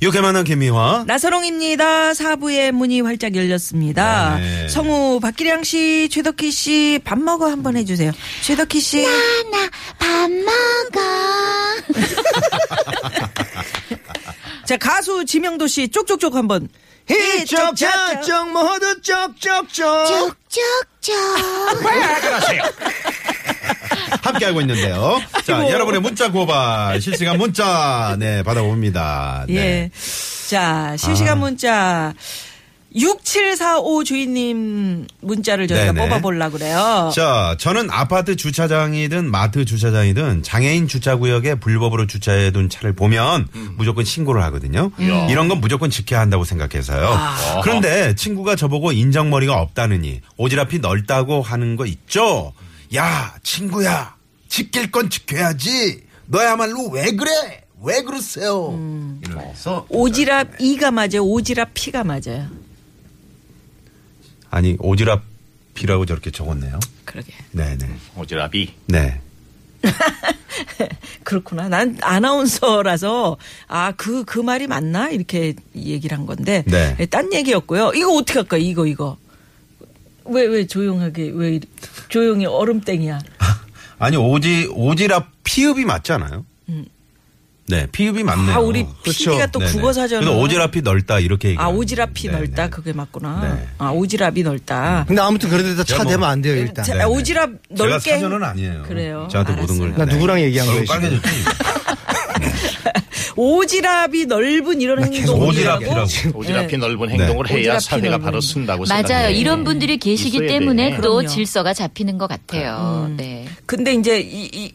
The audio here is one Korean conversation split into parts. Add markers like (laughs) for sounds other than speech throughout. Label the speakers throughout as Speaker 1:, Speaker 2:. Speaker 1: 유쾌만한 김미화.
Speaker 2: 나서롱입니다. 사부의 문이 활짝 열렸습니다.
Speaker 1: 네.
Speaker 2: 성우 박기량 씨, 최덕희 씨, 밥 먹어 한번 해주세요. 최덕희 씨,
Speaker 3: 밥 먹어
Speaker 2: (laughs) 자 가수 지명도 씨, 쪽쪽쪽 한번.
Speaker 1: 쪽쪽쪽 모두 쪽쪽쪽.
Speaker 3: 쭉쭉쭉
Speaker 1: 함께 하고
Speaker 2: (laughs)
Speaker 1: 있는데요. 자,
Speaker 2: 아이고.
Speaker 1: 여러분의 문자 고발 실시간 문자 네 받아봅니다. 네. 아.
Speaker 2: 예. 자 실시간 문자. 6745 주인님 문자를 저희가
Speaker 1: 네네.
Speaker 2: 뽑아보려고 그래요.
Speaker 1: 자, 저는 아파트 주차장이든 마트 주차장이든 장애인 주차구역에 불법으로 주차해둔 차를 보면 무조건 신고를 하거든요. 이런 건 무조건 지켜야 한다고 생각해서요.
Speaker 2: 아.
Speaker 1: 그런데 친구가 저보고 인정머리가 없다느니 오지랖이 넓다고 하는 거 있죠? 야, 친구야, 지킬 건 지켜야지. 너야말로 왜 그래? 왜 그러세요?
Speaker 2: 음.
Speaker 1: 이러면서
Speaker 2: 오지랖 E가 맞아요. 오지랖 P가 맞아요.
Speaker 1: 아니 오지랖이라고 저렇게 적었네요.
Speaker 2: 그러게.
Speaker 1: 네네
Speaker 4: 오지랖이
Speaker 1: 네.
Speaker 2: (laughs)
Speaker 1: (laughs)
Speaker 2: 그렇구나. 난 아나운서라서 아 그 그 말이 맞나 이렇게 얘기를 한 건데
Speaker 1: 네.
Speaker 2: 예, 딴 얘기였고요. 이거 어떻게 할까? 요 이거 이거 왜 왜 조용하게 왜 이리- 조용히 얼음땡이야.
Speaker 1: 아니 오지 오지랖 피읍이 맞잖아요. 네, 피읍이 맞네요.
Speaker 2: 음. 아, 우리 PD가 또 국어 사전을-
Speaker 1: 그래서 오지랖이 넓다 이렇게 얘기.
Speaker 2: 아 오지랖이 넓다 그게 맞구나.
Speaker 1: 그러니까. 네.
Speaker 2: 아 오지랖이 넓다.
Speaker 5: 근데 아무튼 그래도 일단
Speaker 1: 제가
Speaker 5: 차
Speaker 1: 뭐-
Speaker 5: 대면 안 돼요 일단.
Speaker 2: 자,
Speaker 1: 네네.
Speaker 2: 오지랖
Speaker 1: 제가
Speaker 2: 넓게
Speaker 1: 사전은 아니에요.
Speaker 2: 그래요.
Speaker 1: 저한테 모든 걸.
Speaker 2: 알았어요.
Speaker 5: 나 누구랑 얘기한
Speaker 1: 얼굴
Speaker 5: 거예요? 지금?
Speaker 1: 빨개졌지.
Speaker 2: 오지랖이 넓은 이런 행동
Speaker 1: 오지랖이라고.
Speaker 4: 오지랖이 넓은 행동을 해야
Speaker 2: 네. 오지랖이
Speaker 4: 사회가
Speaker 2: 넓은.
Speaker 4: 바로 쓴다고
Speaker 6: 맞아요.
Speaker 4: 생각해요.
Speaker 6: 이런 분들이 계시기
Speaker 4: 있어야 음.
Speaker 6: 때문에
Speaker 4: 돼.
Speaker 6: 또
Speaker 2: 그럼요.
Speaker 6: 질서가 잡히는 것 같아요. 네.
Speaker 2: 근데 이제 이, 이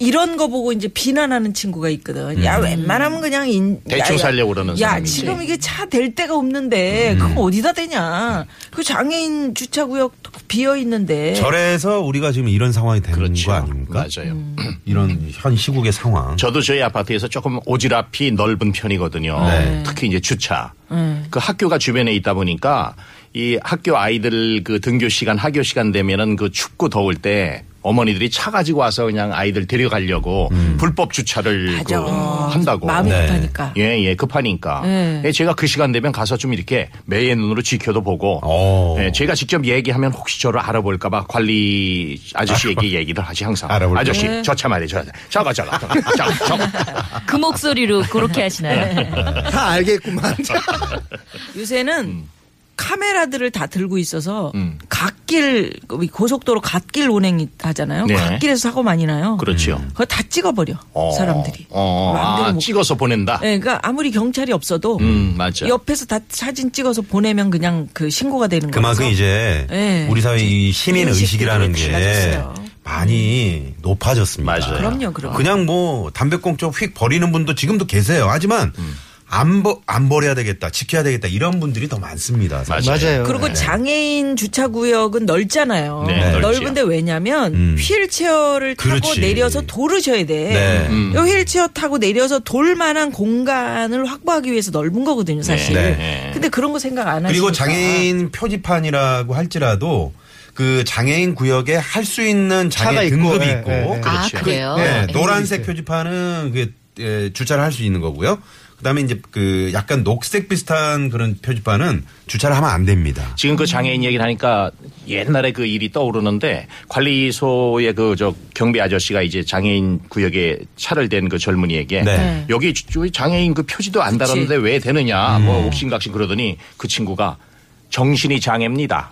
Speaker 2: 이런 거 보고 이제 비난하는 친구가 있거든. 야, 웬만하면 그냥 인,
Speaker 4: 음. 대충
Speaker 2: 야, 야,
Speaker 4: 살려고 그러는
Speaker 2: 야,
Speaker 4: 사람이지. 음.
Speaker 2: 지금 이게 차 댈 데가 없는데 그거 어디다 대냐? 그 장애인 주차구역 비어 있는데.
Speaker 1: 절에서 우리가 지금 이런 상황이 되는
Speaker 4: 그렇죠.
Speaker 1: 거 아닙니까?
Speaker 4: 맞아요.
Speaker 2: 음.
Speaker 1: 이런 현 시국의 상황.
Speaker 4: 저도 저희 아파트에서 조금 오지랖이 넓은 편이거든요.
Speaker 1: 네.
Speaker 4: 특히 이제 주차.
Speaker 2: 네.
Speaker 4: 그 학교가 주변에 있다 보니까 이 학교 아이들 그 등교 시간, 하교 시간 되면은 그 춥고 더울 때 어머니들이 차 가지고 와서 그냥 아이들 데려가려고 불법 주차를 그
Speaker 2: 음. 맞아.
Speaker 4: 한다고.
Speaker 2: 마음이
Speaker 1: 네.
Speaker 2: 급하니까.
Speaker 4: 예, 예, 급하니까.
Speaker 2: 아. 예.
Speaker 4: 예, 제가 그 시간 되면 가서 좀 이렇게 매의 눈으로 지켜도 보고,
Speaker 1: 오.
Speaker 4: 예, 제가 직접 얘기하면 혹시 저를 알아볼까봐 관리 아저씨에게 얘기를 하지 항상.
Speaker 1: 알아볼까
Speaker 4: 아저씨,
Speaker 2: 봐.
Speaker 4: 저 차 말이에요. 저, 저거, 저거, 저거, 저거,
Speaker 2: (laughs)
Speaker 4: 저거.
Speaker 6: 그 목소리로 그렇게 하시나요?
Speaker 5: 다
Speaker 1: (laughs)
Speaker 5: 알겠구만.
Speaker 2: 요새는
Speaker 4: 음.
Speaker 2: 카메라들을 다 들고 있어서 갓길 고속도로 갓길 운행이 하잖아요.
Speaker 4: 네.
Speaker 2: 갓길에서 사고 많이 나요.
Speaker 4: 그렇죠.
Speaker 2: 그거 다 찍어버려
Speaker 4: 어,
Speaker 2: 사람들이.
Speaker 4: 어,
Speaker 2: 마음대로
Speaker 4: 아,
Speaker 2: 못
Speaker 4: 찍어서 보낸다.
Speaker 2: 예, 그러니까 아무리 경찰이 없어도
Speaker 4: 음, 맞아.
Speaker 2: 옆에서 다 사진 찍어서 보내면 그냥 그 신고가 되는 거죠.
Speaker 1: 그만큼 이제
Speaker 2: 네.
Speaker 1: 우리 사회 이 신인
Speaker 2: 인식들이
Speaker 1: 의식이라는 게
Speaker 2: 달라졌어요. 음.
Speaker 1: 많이 높아졌습니다.
Speaker 4: 맞아요.
Speaker 2: 그럼요, 그럼.
Speaker 1: 그냥 뭐 담배꽁초 휙 버리는 분도 지금도 계세요. 하지만 안, 버, 안 버려야 되겠다, 지켜야 되겠다 이런 분들이 더 많습니다. 사실.
Speaker 5: 맞아요.
Speaker 2: 그리고
Speaker 1: 네.
Speaker 2: 장애인 주차 구역은 넓잖아요.
Speaker 4: 네, 넓지요.
Speaker 2: 넓은데 왜냐면
Speaker 1: 음.
Speaker 2: 휠체어를 타고
Speaker 1: 그렇지.
Speaker 2: 내려서 도르셔야 돼.
Speaker 1: 네.
Speaker 4: 음.
Speaker 2: 이 휠체어 타고 내려서 돌 만한 공간을 확보하기 위해서 넓은 거거든요, 사실.
Speaker 1: 네.
Speaker 4: 네.
Speaker 2: 근데 그런 거 생각 안 하시니까.
Speaker 1: 그리고 장애인 표지판이라고 할지라도 그 장애인 구역에 할 수 있는
Speaker 5: 차가
Speaker 1: 장애
Speaker 5: 있고,
Speaker 1: 등급이
Speaker 5: 예,
Speaker 1: 있고
Speaker 5: 예, 예.
Speaker 6: 아,
Speaker 4: 그렇죠.
Speaker 6: 그래요?
Speaker 1: 네,
Speaker 6: 네.
Speaker 1: 노란색 표지판은 그 예, 주차를 할 수 있는 거고요. 그다음에 이제 그 약간 녹색 비슷한 그런 표지판은 주차를 하면 안 됩니다.
Speaker 4: 지금 그 장애인 얘기를 하니까 옛날에 그 일이 떠오르는데 관리소의 그 저 경비 아저씨가 이제 장애인 구역에 차를 댄 그 젊은이에게
Speaker 1: 네.
Speaker 4: 여기 주- 저기 장애인 그 표지도 안
Speaker 2: 그치.
Speaker 4: 달았는데 왜
Speaker 1: 음.
Speaker 4: 되느냐 뭐 옥신각신 그러더니 그 친구가 정신이 장애입니다.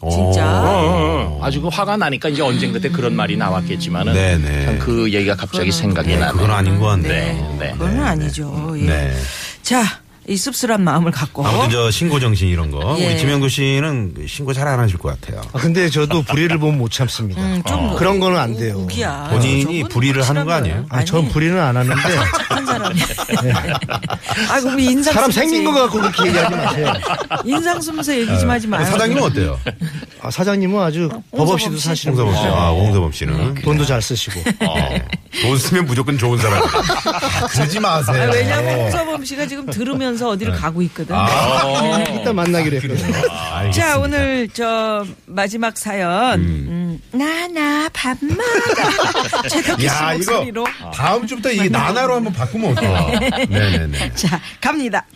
Speaker 1: 네.
Speaker 2: 진짜.
Speaker 4: 어, 아주 그 화가 나니까 이제 언젠 그때 그런 말이 나왔겠지만은
Speaker 1: 네네.
Speaker 4: 참그 얘기가 갑자기 생각이
Speaker 1: 네,
Speaker 4: 나네.
Speaker 1: 그건 아닌 것 같네요.
Speaker 4: 네.
Speaker 2: 그거는 아니죠. 예.
Speaker 1: 네.
Speaker 2: 자, 이 씁쓸한 마음을 갖고
Speaker 1: 아무튼 저 신고 정신 이런 거
Speaker 2: 예.
Speaker 1: 우리 지명구 씨는 신고 잘 안 하실 것 같아요.
Speaker 5: 아, 근데 저도 불의를 보면 못 참습니다. 아.
Speaker 2: 음, 좀
Speaker 5: 그런 거는 안 돼요.
Speaker 2: 어, 우기야.
Speaker 1: 본인이
Speaker 2: 저건
Speaker 1: 불의를 하는 거
Speaker 2: 확실한
Speaker 1: 아니에요?
Speaker 2: 거예요.
Speaker 5: 아, 전 불의는
Speaker 2: (laughs)
Speaker 5: 안 하는데
Speaker 2: 착한 사람이.
Speaker 1: 네.
Speaker 2: (laughs) 아, 그럼 인상
Speaker 5: 사람
Speaker 2: 쓰면서
Speaker 5: 생긴 거 갖고 그렇게 얘기하지 마세요.
Speaker 2: 인상 쓰면서 얘기 좀 하지 마요.
Speaker 1: 네. 사장님은 어때요?
Speaker 5: 아, 사장님은 아주
Speaker 2: 어,
Speaker 5: 법 없이도
Speaker 2: 씨?
Speaker 5: 사시는
Speaker 1: 홍서범 씨.
Speaker 5: 분이세요.
Speaker 1: 아, 홍서범 씨는.
Speaker 5: 돈도 잘 쓰시고.
Speaker 2: 어.
Speaker 1: 돈 쓰면 무조건 어, 좋은 사람. 아, 그러지 마세요. 네.
Speaker 2: 아, 왜냐면 홍서범 씨가 지금 들으면서 어디를 가고 있거든.
Speaker 1: 아,
Speaker 5: 아, 이따 만나기로 했거든요.
Speaker 2: 자, 오늘 저 마지막 사연. 음. 나나 밥
Speaker 1: (laughs)
Speaker 2: 먹어. 최덕기 씨
Speaker 1: 야, 이거
Speaker 2: 목소리로.
Speaker 1: 다음 주부터 이게 나나로 한번 바꾸면 어때요? 네네네.
Speaker 2: 자, 갑니다.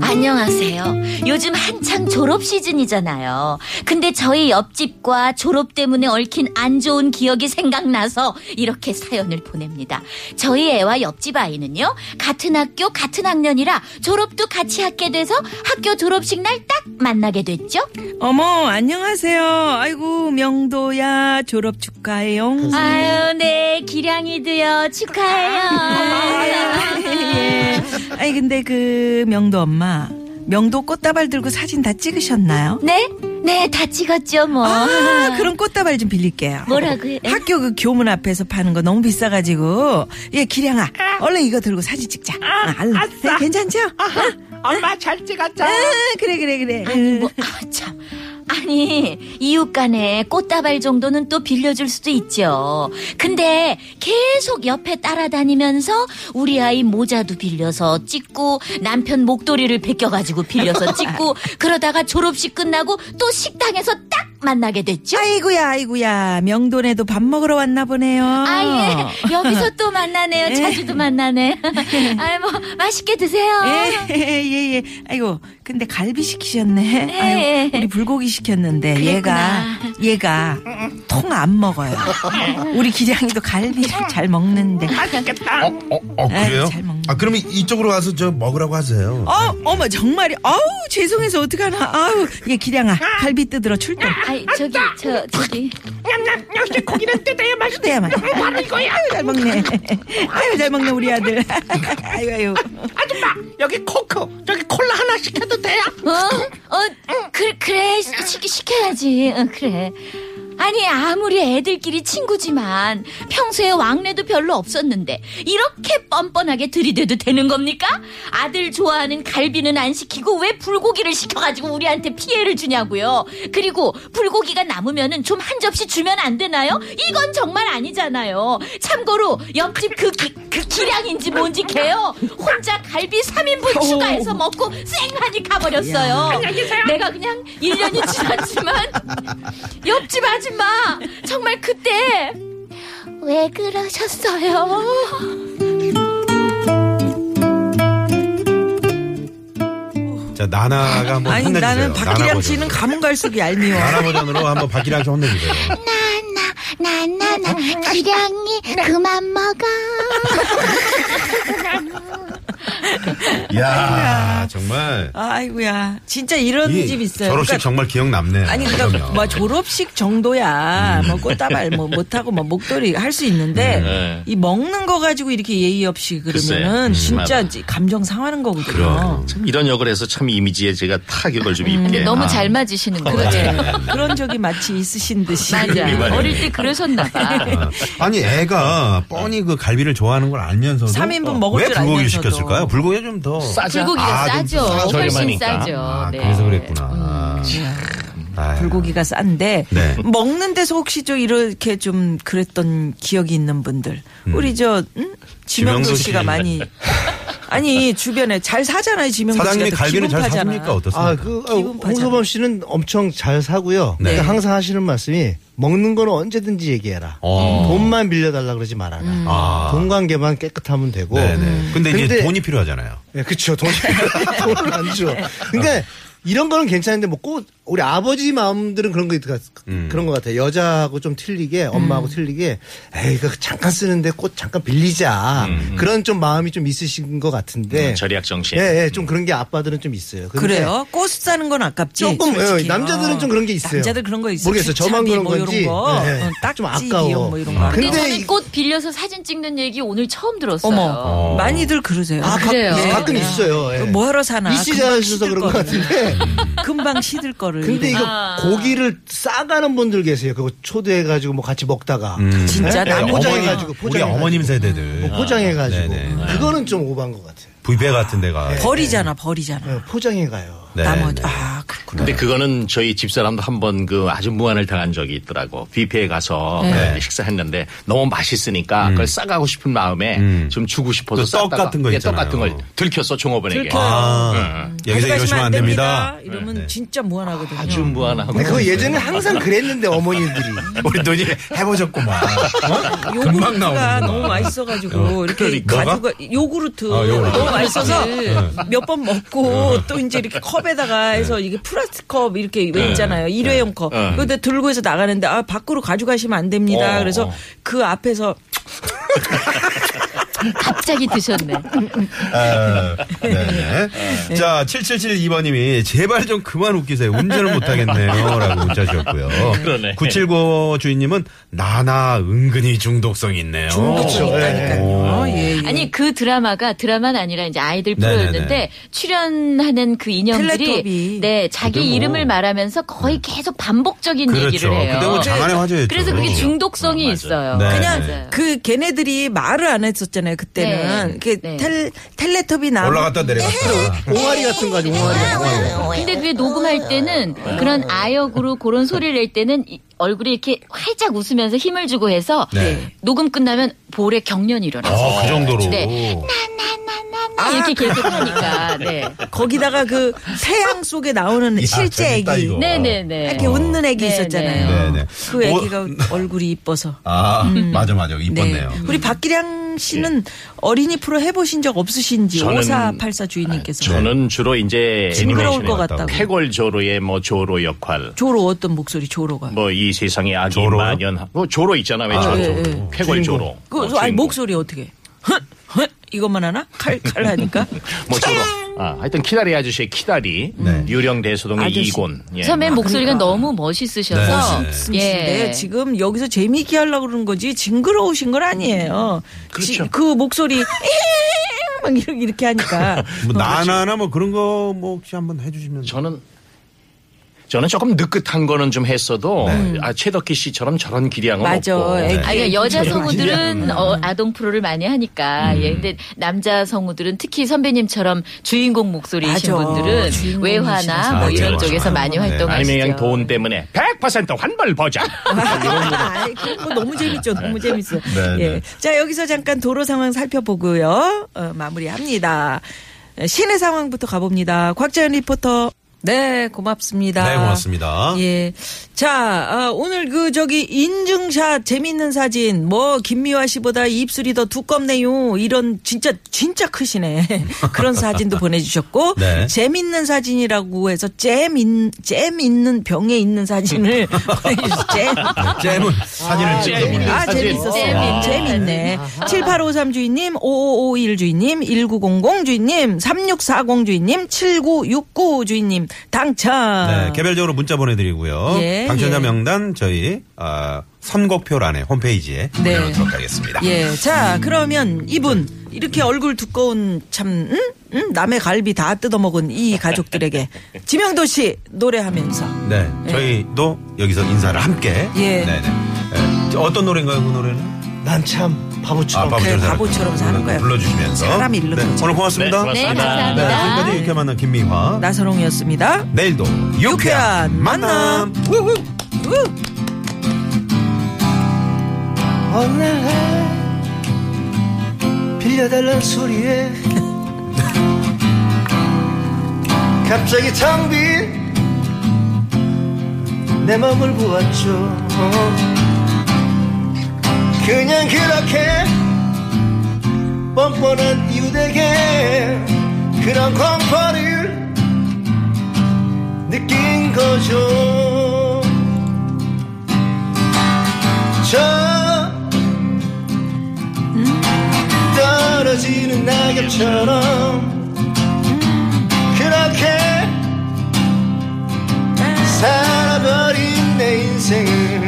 Speaker 3: 안녕하세요. 요즘 한창 졸업 시즌이잖아요. 근데 저희 옆집과 졸업 때문에 얽힌 안 좋은 기억이 생각나서 이렇게 사연을 보냅니다. 저희 애와 옆집 아이는요, 같은 학교, 같은 학년이라 졸업도 같이 하게 돼서 학교 졸업식 날 딱 만나게 됐죠.
Speaker 2: 어머, 안녕하세요. 아이고, 명도야. 졸업 축하해요.
Speaker 3: 아유, 네, 기량이도요. (laughs) 축하해요.
Speaker 2: 예. 아니 근데 그 명도 엄마 명도 꽃다발 들고 사진 다 찍으셨나요?
Speaker 3: 네? 네, 다 찍었죠, 뭐.
Speaker 2: 아 그럼 꽃다발 좀 빌릴게요.
Speaker 3: 뭐라고요?
Speaker 2: 학교 그 교문 앞에서 파는 거 너무 비싸가지고 예 기량아 얼른 이거 들고 사진 찍자. 아, 얼른. 네, 괜찮죠?
Speaker 7: 엄마 잘 찍었죠?
Speaker 2: 아, 그래 그래 음. 그래.
Speaker 3: 아니 뭐, 아, 참. 아니, 이웃 간에 꽃다발 정도는 또 빌려줄 수도 있죠. 근데 계속 옆에 따라다니면서 우리 아이 모자도 빌려서 찍고 남편 목도리를 벗겨가지고
Speaker 2: (laughs)
Speaker 3: 빌려서 찍고 그러다가 졸업식 끝나고 또 식당에서 딱 만나게 됐죠.
Speaker 2: 아이고야 아이고야 명도네도 밥 먹으러 왔나 보네요.
Speaker 3: 아, 예. 여기서 또
Speaker 2: 예.
Speaker 3: 만나네요. 자주도 만나네.
Speaker 2: (laughs)
Speaker 3: 아이, 뭐, 맛있게 드세요.
Speaker 2: 예예예. 아이고 근데 갈비 시키셨네. 아유,
Speaker 3: 예.
Speaker 2: 우리 불고기 시켰는데
Speaker 3: 그랬구나.
Speaker 2: 얘가 얘가 통 안 먹어요. 우리 기량이도 갈비를 잘 먹는데.
Speaker 7: 맛있겠다.
Speaker 1: 어, 어, 그래요?
Speaker 2: 아이, 잘 먹네.
Speaker 1: 아, 그러면 이쪽으로 와서 저 먹으라고 하세요.
Speaker 2: 어, 어머 정말이. 아우 죄송해서 어떡하나. 아우 얘 기량아 갈비 뜯으러 출동.
Speaker 3: 아이, 저기, 저, 저기.
Speaker 7: 냠냠 역시 고기는 뜯어야 맛있다.
Speaker 2: 그래야만.
Speaker 7: 바로 이거야.
Speaker 2: 아유 잘 먹네. 아유 잘 먹네 우리 아들. 아유 아유.
Speaker 7: 아줌마 여기 코코 저기 콜라 하나 시켜도 돼요?
Speaker 3: 어? 어, 그, 그래, 시, 시켜야지. 어, 그래. 아니, 아무리 애들끼리 친구지만 평소에 왕래도 별로 없었는데 이렇게 뻔뻔하게 들이대도 되는 겁니까? 아들 좋아하는 갈비는 안 시키고 왜 불고기를 시켜가지고 우리한테 피해를 주냐고요. 그리고 불고기가 남으면은 좀 한 접시 주면 안 되나요? 이건 정말 아니잖아요. 참고로 옆집 그, 기, 그 기량인지 뭔지 걔요. 혼자 갈비 3인분 추가해서 먹고 쌩하니 가버렸어요. 내가 그냥 1년이 지났지만 옆집 아줌마 정말 그때 왜 그러셨어요?
Speaker 1: 예, 자, 나나가 한번
Speaker 2: 아니
Speaker 1: 뭐 혼내주세요.
Speaker 2: 나는
Speaker 1: 나나
Speaker 2: 박기량
Speaker 1: 버전.
Speaker 2: 씨는 감은 갈수록 얄미워.
Speaker 1: 나나 버전으로 한번 박기량 씨 혼내주세요.
Speaker 8: 나나나 기량이 그만 먹어
Speaker 1: 야 정말.
Speaker 2: 아이고야 진짜 이런
Speaker 1: 이
Speaker 2: 집 있어요.
Speaker 1: 졸업식
Speaker 2: 그러니까
Speaker 1: 정말 기억 남네.
Speaker 2: 아니 그러니까
Speaker 1: 그럼요.
Speaker 2: 뭐 졸업식 정도야
Speaker 1: 음.
Speaker 2: 뭐 꽃다발
Speaker 1: (laughs)
Speaker 2: 뭐 못하고 뭐 목도리 할 수 있는데
Speaker 4: 네.
Speaker 2: 이 먹는 거 가지고 이렇게 예의 없이
Speaker 4: 글쎄.
Speaker 2: 그러면은
Speaker 4: 음,
Speaker 2: 진짜
Speaker 4: 맞아.
Speaker 2: 감정 상하는 거거든요.
Speaker 4: 그럼 어, 참 이런 역을 해서 참 이미지에 제가 타격을 좀 입게.
Speaker 6: 너무
Speaker 4: 아.
Speaker 6: 잘 맞으시는
Speaker 1: 그렇죠.
Speaker 6: 거예요.
Speaker 1: 네.
Speaker 2: 그런 적이 마치 있으신 듯이.
Speaker 6: 맞아. 어릴 때 그러셨나
Speaker 1: (laughs)
Speaker 6: 봐.
Speaker 1: 아니 애가 뻔히 그 갈비를 좋아하는 걸 알면서도 어,
Speaker 2: 삼 인분 먹을
Speaker 1: 왜
Speaker 2: 줄
Speaker 1: 불고기를
Speaker 2: 알면서도.
Speaker 1: 시켰을까요? 불고기 좀더
Speaker 4: 싸죠.
Speaker 6: 불고기가
Speaker 1: 아, 좀
Speaker 6: 싸죠. 훨씬
Speaker 4: 저렴하니까.
Speaker 6: 싸죠.
Speaker 1: 아,
Speaker 6: 네.
Speaker 1: 그래서 그랬구나. 아유.
Speaker 2: 음, 불고기가 음, 싼데
Speaker 1: 네.
Speaker 2: 먹는 데서 혹시 좀 이렇게 좀 그랬던 기억이 있는 분들 우리 저 음? 지명도
Speaker 1: 지명도
Speaker 2: 씨가
Speaker 1: 씨.
Speaker 2: 많이 (laughs) 아니 주변에 잘 사잖아요 지명도 음, 씨가
Speaker 1: 사장님이
Speaker 2: 더
Speaker 1: 갈비를 잘
Speaker 2: 기분 파잖아.
Speaker 1: 사십니까 어떻습니까?
Speaker 5: 아, 그, 아,
Speaker 2: 기분 파잖아.
Speaker 5: 홍서범 씨는 엄청 잘 사고요.
Speaker 1: 네.
Speaker 5: 그러니까 항상 하시는 말씀이 먹는 거는 언제든지 얘기해라.
Speaker 1: 어.
Speaker 5: 돈만 빌려달라 그러지 말아라.
Speaker 2: 음.
Speaker 1: 아.
Speaker 5: 돈 관계만 깨끗하면 되고. 음.
Speaker 1: 네네. 근데 이제
Speaker 5: 뭐. 근데- 네,
Speaker 1: 돈이 필요하잖아요. (laughs) 어.
Speaker 5: 예, 그쵸. 돈, 돈을 안 줘. 그러니까 이런 거는 괜찮은데 뭐 꽃, 우리 아버지 마음들은 그런 거 같,
Speaker 1: 음.
Speaker 5: 그런 것 같아요. 여자하고 좀 틀리게,
Speaker 2: 음.
Speaker 5: 엄마하고 틀리게, 에이, 그 잠깐 쓰는데 꽃 잠깐 빌리자. 그런 좀 마음이 좀 있으신 것 같은데.
Speaker 1: 네.
Speaker 4: 음, 절약 정신.
Speaker 5: 예, 예, 좀 그런 게 아빠들은 좀 있어요. 근데
Speaker 2: 그래요? 꽃 사는 건 아깝지.
Speaker 5: 조금, 예,
Speaker 2: 솔직히.
Speaker 5: 남자들은 좀 그런 게 있어요.
Speaker 2: 남자들 그런 거 있어요.
Speaker 5: 모르겠어요. 저만
Speaker 2: 집차비
Speaker 5: 그런
Speaker 2: 뭐
Speaker 5: 건지.
Speaker 2: 이런 거.
Speaker 5: 예, 예.
Speaker 2: 어, 딱좀
Speaker 5: 좀 아까워.
Speaker 2: 아까워. 뭐 이런 거.
Speaker 5: 근데
Speaker 6: 근데 저는
Speaker 5: 이-
Speaker 6: 꽃 빌려서 사진 찍는 얘기 오늘 처음 들었어요.
Speaker 2: 어머, 많이들 그러세요.
Speaker 6: 아, 그래요?
Speaker 5: 네,
Speaker 6: 어,
Speaker 5: 가끔
Speaker 6: 그래요?
Speaker 5: 있어요. 예.
Speaker 2: 뭐 하러 사나. 금방
Speaker 5: 일시자셔서
Speaker 2: 시들
Speaker 5: 그런 것
Speaker 2: 거를. 음.
Speaker 5: 같은데.
Speaker 2: 금방 시들 거를.
Speaker 5: 근데 이거
Speaker 6: 아.
Speaker 5: 고기를 싸가는 분들 계세요. 그거 초대해가지고 뭐 같이 먹다가.
Speaker 1: 음.
Speaker 2: 진짜
Speaker 5: 네?
Speaker 2: 나 포장해
Speaker 5: 네,
Speaker 1: 어머니,
Speaker 5: 포장해가지고,
Speaker 1: 우리
Speaker 5: 포장해가지고.
Speaker 1: 어머님 세대들.
Speaker 5: 뭐 포장해가지고.
Speaker 1: 네네.
Speaker 5: 그거는 좀 오반 것 같아요.
Speaker 1: 부배 같은 데가.
Speaker 5: 네.
Speaker 2: 버리잖아, 버리잖아.
Speaker 5: 예, 포장해가요.
Speaker 1: 네,
Speaker 2: 나머지.
Speaker 1: 네.
Speaker 2: 아, 그렇구나.
Speaker 4: 근데 그거는 저희 집사람도 한 번 그 아주 무한을 당한 적이 있더라고. 뷔페에 가서
Speaker 1: 네.
Speaker 4: 식사했는데 너무 맛있으니까 그걸 싸가고 싶은 마음에 좀 주고 싶어서
Speaker 1: 그떡
Speaker 4: 쌌다가
Speaker 1: 같은 거
Speaker 4: 예,
Speaker 1: 있잖아요.
Speaker 4: 떡 같은 걸 들켰어 종업원에게.
Speaker 2: 들켜요.
Speaker 1: 아,
Speaker 2: 네.
Speaker 1: 여기서 이러시면 안 됩니다.
Speaker 2: 이러면
Speaker 1: 네.
Speaker 2: 진짜 무한하거든요.
Speaker 4: 아주 무한하고.
Speaker 5: 근데 그거 예전에 항상 그랬는데, 어머니들이.
Speaker 1: 우리 돈이 해보셨구만. 어? 금방
Speaker 2: 요구르트가
Speaker 1: 나오는
Speaker 2: 너무 (laughs) 맛있어가지고 이렇게
Speaker 1: 그러니까.
Speaker 2: 가져가 요구르트
Speaker 1: 아, 요구르트. 네.
Speaker 2: 너무 맛있어서 몇 번 먹고 또 이제 이렇게 컵에다가 해서 이게 플라스틱 컵
Speaker 1: 네.
Speaker 2: 이렇게 왜 있잖아요 일회용 컵
Speaker 4: 네.
Speaker 2: 그런데 들고 해서 나가는데 아 밖으로 가져가시면 안 됩니다
Speaker 4: 어,
Speaker 2: 그래서
Speaker 4: 어.
Speaker 2: 그 앞에서
Speaker 6: 갑자기 드셨네.
Speaker 1: 아, 네. 네. 자, 7772번님이 제발 좀 그만 웃기세요. 운전을 못하겠네요. 라고 문자 주셨고요.
Speaker 4: 그러네.
Speaker 1: 979 주인님은 나나 은근히 중독성이 어, 그렇죠. 있네요. 어.
Speaker 2: 중독성이
Speaker 1: 오.
Speaker 2: 있다니까요. 예, 예.
Speaker 6: 아니 그 드라마가 드라마는 아니라 이제 아이들 프로였는데
Speaker 1: 네네네.
Speaker 6: 출연하는 그 인형들이
Speaker 2: 텔레토비.
Speaker 6: 네 자기
Speaker 1: 근데 뭐-
Speaker 6: 이름을 말하면서 거의 계속 반복적인
Speaker 1: 그렇죠.
Speaker 6: 얘기를 해요.
Speaker 1: 근데 뭐 장안의 화제였죠.
Speaker 6: 그래서 그게 중독성이
Speaker 4: 어, 맞아요.
Speaker 6: 있어요.
Speaker 1: 네.
Speaker 2: 그냥
Speaker 6: 맞아요.
Speaker 2: 그 걔네들이 말을 안
Speaker 6: 네.
Speaker 2: 했었잖아요 그때는 그
Speaker 6: 네.
Speaker 2: 텔 텔레토비 나
Speaker 1: 올라갔다 내려갔다.
Speaker 5: 옹알이 같은 거 아니고, 옹알이.
Speaker 6: 근데 그게 녹음할 때는 그런 아역으로 그런 소리를 낼 때는 이- 얼굴에 이렇게 활짝 웃으면서 힘을 주고 해서
Speaker 1: 네.
Speaker 6: 녹음 끝나면 볼에 경련이 일어나서
Speaker 1: 어, 그 정도로.
Speaker 6: 네. 이렇게 계속 하니까 네.
Speaker 2: 아. 거기다가 그 태양 속에 나오는
Speaker 1: 야,
Speaker 2: 실제
Speaker 1: 재밌다,
Speaker 2: 애기
Speaker 1: 이거.
Speaker 6: 네네네.
Speaker 2: 이렇게 웃는 애기
Speaker 6: 네,
Speaker 2: 있었잖아요.
Speaker 1: 네. 네, 네.
Speaker 2: 그
Speaker 1: 오-
Speaker 2: 애기가 얼굴이 이뻐서.
Speaker 1: 아,
Speaker 6: 음.
Speaker 1: 맞아, 맞아. 이뻤네요.
Speaker 2: 우리 박기량 씨는 어린이 프로 해보신 적 없으신지
Speaker 4: 저는-
Speaker 2: 5484 주인님께서
Speaker 1: 아,
Speaker 4: 저는 주로 이제
Speaker 2: 징그러울 것
Speaker 1: 애니메이션이었다고.
Speaker 2: 같다고.
Speaker 4: 해골 조로의 뭐 조로 역할.
Speaker 2: 조로 어떤 목소리 조로가.
Speaker 4: 뭐 이 세상에 악이
Speaker 1: 조로요?
Speaker 4: 만연. 뭐 조로 있잖아 왜 조로.
Speaker 2: 예, 예.
Speaker 4: 해골 조로.
Speaker 2: 그
Speaker 4: 어,
Speaker 2: 아니
Speaker 4: 주인공.
Speaker 2: 목소리 어떻게? 헛, 헛 이것만 하나?
Speaker 6: (laughs)
Speaker 2: 칼칼 하니까.
Speaker 4: 뭐 저거. 아, 하여튼 키다리 아저씨의 키다리, 유령 대소동의
Speaker 2: 아저씨.
Speaker 4: 이곤. 예.
Speaker 6: 처음엔 목소리가
Speaker 2: 그러니까.
Speaker 6: 너무 멋있으셔서 예.
Speaker 1: 네.
Speaker 2: 네, 지금 여기서 재미있게 하려고 그러는 거지 징그러우신 건 아니에요.
Speaker 4: 그렇죠.
Speaker 2: 지- 그 목소리 (laughs) 막 이렇게
Speaker 1: (laughs)
Speaker 2: 이렇게 하니까
Speaker 1: 뭐
Speaker 6: 그렇죠.
Speaker 1: 나나나 뭐 그런 거 뭐 혹시 한번 해주시면.
Speaker 4: 저는 저는 조금 느긋한 거는 좀 했어도 아, 최덕희 씨처럼 저런 기량은
Speaker 2: 맞아.
Speaker 4: 없고.
Speaker 2: 애기
Speaker 6: 아, 그러니까 여자 성우들은 어, 아동 프로를 많이 하니까.
Speaker 4: 음.
Speaker 6: 예, 근데 남자 성우들은 특히 선배님처럼 주인공 목소리이신
Speaker 2: 맞아.
Speaker 6: 분들은
Speaker 2: 주인공이시라서.
Speaker 6: 외화나
Speaker 1: 아,
Speaker 6: 뭐 이런
Speaker 1: 그렇죠.
Speaker 6: 쪽에서 많이
Speaker 1: 네.
Speaker 6: 활동하시죠.
Speaker 4: 아니면 그냥 돈 때문에 100%
Speaker 2: (laughs)
Speaker 4: 환불 보장.
Speaker 2: 아이, 그거 뭐 너무 재밌죠. 너무 재밌어.
Speaker 1: 네, 네.
Speaker 2: 예. 자, 여기서 잠깐 도로 상황 살펴보고요. 어, 마무리합니다. 에, 시내 상황부터 가봅니다. 곽재현 리포터. 네, 고맙습니다.
Speaker 1: 네, 고맙습니다.
Speaker 2: 예. 자, 아, 오늘 그 저기 인증샷 재밌는 사진 뭐 김미화 씨보다 입술이 더 두껍네요. 이런 진짜 진짜 크시네. (laughs) 그런 사진도 보내 주셨고
Speaker 1: 네.
Speaker 2: 재밌는 사진이라고 해서 잼잼 있는 병에 있는 사진을 (laughs) 보내 주셨죠.
Speaker 1: 잼은 네. 사진을 네. 찍는
Speaker 2: 아, 재밌었어.
Speaker 6: 재밌-
Speaker 2: 재밌네. 7853 주인님, 5551 주인님, 1900 주인님, 3640 주인님, 7969 주인님, 당첨.
Speaker 1: 네, 개별적으로 문자 보내드리고요.
Speaker 2: 아. 예,
Speaker 1: 당첨자
Speaker 2: 예.
Speaker 1: 명단 저희 아, 선곡표란에 홈페이지에
Speaker 2: 네.
Speaker 1: 올려놓도록 하겠습니다.
Speaker 2: 예. 자,
Speaker 1: 음.
Speaker 2: 그러면 이분, 이렇게 얼굴 두꺼운 참, 응? 응? 남의 갈비 다 뜯어먹은 이 가족들에게 지명도 씨 노래하면서.
Speaker 1: 네, 저희도 여기서 인사를 함께.
Speaker 2: 예.
Speaker 1: 네, 네. 예. 어떤 노래인가요, 그 노래는? 아,
Speaker 5: 난 참 아, 바보처럼.
Speaker 1: 바보처럼 사는
Speaker 2: 그래, 바보처럼 사는
Speaker 1: 노래
Speaker 2: 거야.
Speaker 1: 불러주시면서.
Speaker 2: 사람이 일로
Speaker 1: 네,
Speaker 2: 터져.
Speaker 1: 오늘 고맙습니다.
Speaker 4: 네,
Speaker 6: 네,
Speaker 4: 고맙습니다.
Speaker 1: 네,
Speaker 6: 감사합니다.
Speaker 1: 지금까지 이렇게 만난 김미화.
Speaker 2: 나선홍이었습니다.
Speaker 1: 내일도 유쾌한
Speaker 2: 유쾌한
Speaker 1: 만남.
Speaker 2: 만남.
Speaker 1: 우후.
Speaker 2: 우!
Speaker 5: 어느 날 빌려달란 소리에 (laughs) 갑자기 장빈내 맘을 보았죠 그냥 그렇게 뻔뻔한 이웃에게 그런 광파를 느낀 거죠. 저 떨어지는 낙엽처럼 그렇게 살아버린 내 인생은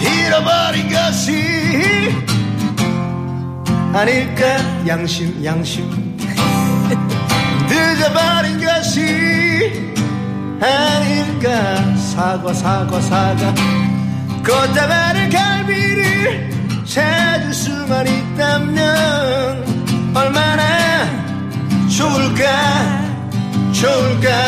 Speaker 5: 잃어버린 것이 아닐까 양심 양심 (laughs) 늦어버린 것이 아닐까 사과 사과 사과 꽃다발을 갈비를 찾을 수만 있다면 얼마나 좋을까 좋을까